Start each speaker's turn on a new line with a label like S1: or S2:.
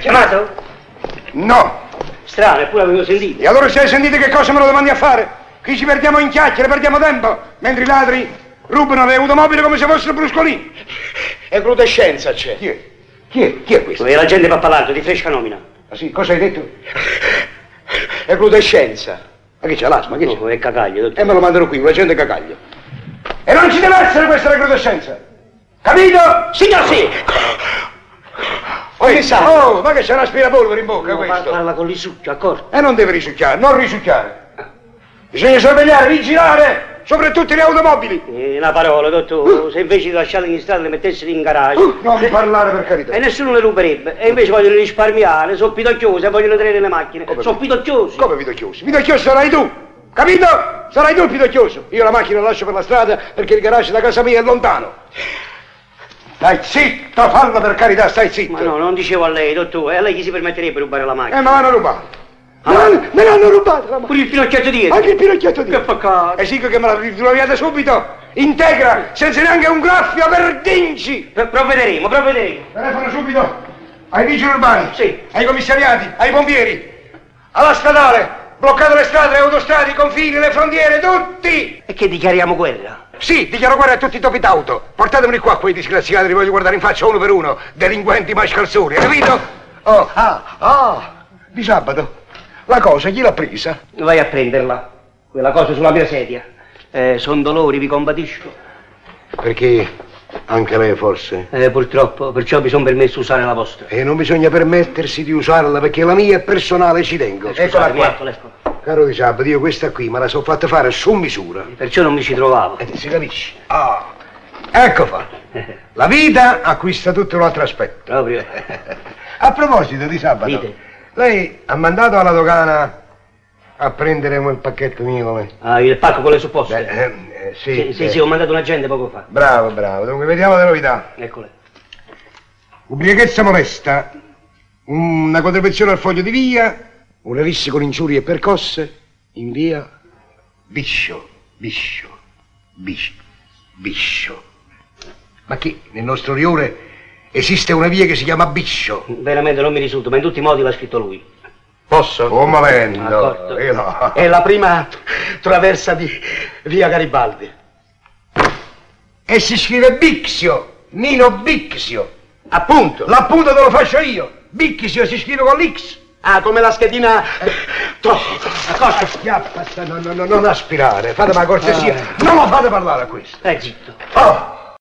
S1: chiamato?
S2: No.
S1: Strano, eppure avevo sentito.
S2: E allora se hai sentito che cosa me lo domandi a fare? Qui ci perdiamo in chiacchiere, perdiamo tempo, mentre i ladri rubano le automobili come se fossero bruscolini.
S3: E crudescenza c'è.
S2: Chi è? Chi è? Chi è questo?
S1: E la gente pappalardo, di fresca nomina.
S2: Ah sì, cosa hai detto?
S3: E crudescenza.
S2: Ma che c'è l'asma? Che c'è?
S1: Oh, è cagaglio, dottore.
S2: E me lo mandano qui, la gente cagaglio. E non ci deve essere questa recrudescenza! Capito?
S3: Signor sì!
S2: Poi,
S3: sa?
S2: oh, ma che c'è un aspirapolvere in bocca
S1: No, par-
S2: questo?
S1: parla con l'isucchio, accorto.
S2: E non deve risucchiare, non risucchiare. Bisogna sorvegliare, vigilare, soprattutto le automobili.
S1: Eh, una parola, dottore. Se invece di lasciarle in strada le mettessero in garage.
S2: Uh, non mi parlare per carità.
S1: E nessuno le ruberebbe. E invece vogliono risparmiare, sono pidocchiosi e vogliono tenere le macchine.
S2: Come
S1: sono
S2: no?
S1: pidocchiosi.
S2: Come Pidocchioso? Pidocchioso sarai tu, capito? Sarai tu il Pidocchioso. Io la macchina la lascio per la strada perché il garage da casa mia è lontano. Stai zitto, fallo per carità, stai zitto.
S1: Ma no, non dicevo a lei, dottore. A lei chi si permetterebbe di rubare la macchina?
S2: Eh, me l'hanno rubata.
S1: Ah.
S2: Me l'hanno- me l'hanno rubata la macchina.
S1: Pure il pinocchietto dietro.
S2: Anche il pinocchietto di.
S1: Che peccato.
S2: Esigo che me la ritroviate subito, integra, senza neanche un graffio per dinci.
S1: Pro- Provvederemo, provvederemo.
S2: Telefono subito ai vigili urbani,
S1: Sì.
S2: ai commissariati, ai pompieri, alla statale. Bloccate le strade, le autostrade, i confini, le frontiere, tutti!
S1: E che dichiariamo guerra?
S2: Sì, dichiaro guerra a tutti i topi d'auto. Portatemeli qua, quei disgraziati, li voglio guardare in faccia uno per uno. Delinquenti mascalzoni, capito? Oh, ah, ah, di sabato. La cosa, chi l'ha presa?
S1: Vai a prenderla. Quella cosa sulla mia sedia. Eh, son dolori, vi combatisco.
S2: Perché anche lei forse...
S1: Eh, purtroppo, perciò mi sono permesso di usare la vostra.
S2: E non bisogna permettersi di usarla perché la mia è personale, ci tengo.
S1: Scusatemi, eccola, eccola.
S2: Caro Di Sabato, io questa qui me la sono fatta fare su misura.
S1: Perciò non mi ci trovavo.
S2: Eh, si capisce? Ah, ecco fatto. La vita acquista tutto un altro aspetto.
S1: Proprio.
S2: A proposito di Sabato,
S1: Dite.
S2: lei ha mandato alla dogana a prendere quel pacchetto mio come?
S1: Ah, il pacco con le supposte.
S2: Beh, ehm, eh, sì.
S1: sì, sì,
S2: eh.
S1: sì, ho mandato un agente poco fa.
S2: Bravo, bravo. Dunque, vediamo le novità.
S1: Eccole.
S2: Ubriachezza molesta, una contribuzione al foglio di via, una risse con ingiurie e percosse, in via Biscio, Biscio, Biscio, Biscio. Ma che nel nostro rione esiste una via che si chiama Biscio?
S1: Veramente non mi risulta, ma in tutti i modi l'ha scritto lui.
S3: Posso?
S2: Oh, ma vendo!
S1: D'accordo.
S2: Io no.
S3: È la prima traversa di via Garibaldi.
S2: E si scrive Bixio, Nino Bixio.
S3: Appunto.
S2: L'appunto te lo faccio io. Bixio si scrive con l'X.
S3: Ah, come la schedina...
S1: eh,
S3: Troppo.
S2: Cosa schiappa? sta- No, no, no, non aspirare, fatemi la cortesia. Non lo fate parlare a questo.
S1: Stai zitto.
S2: Oh,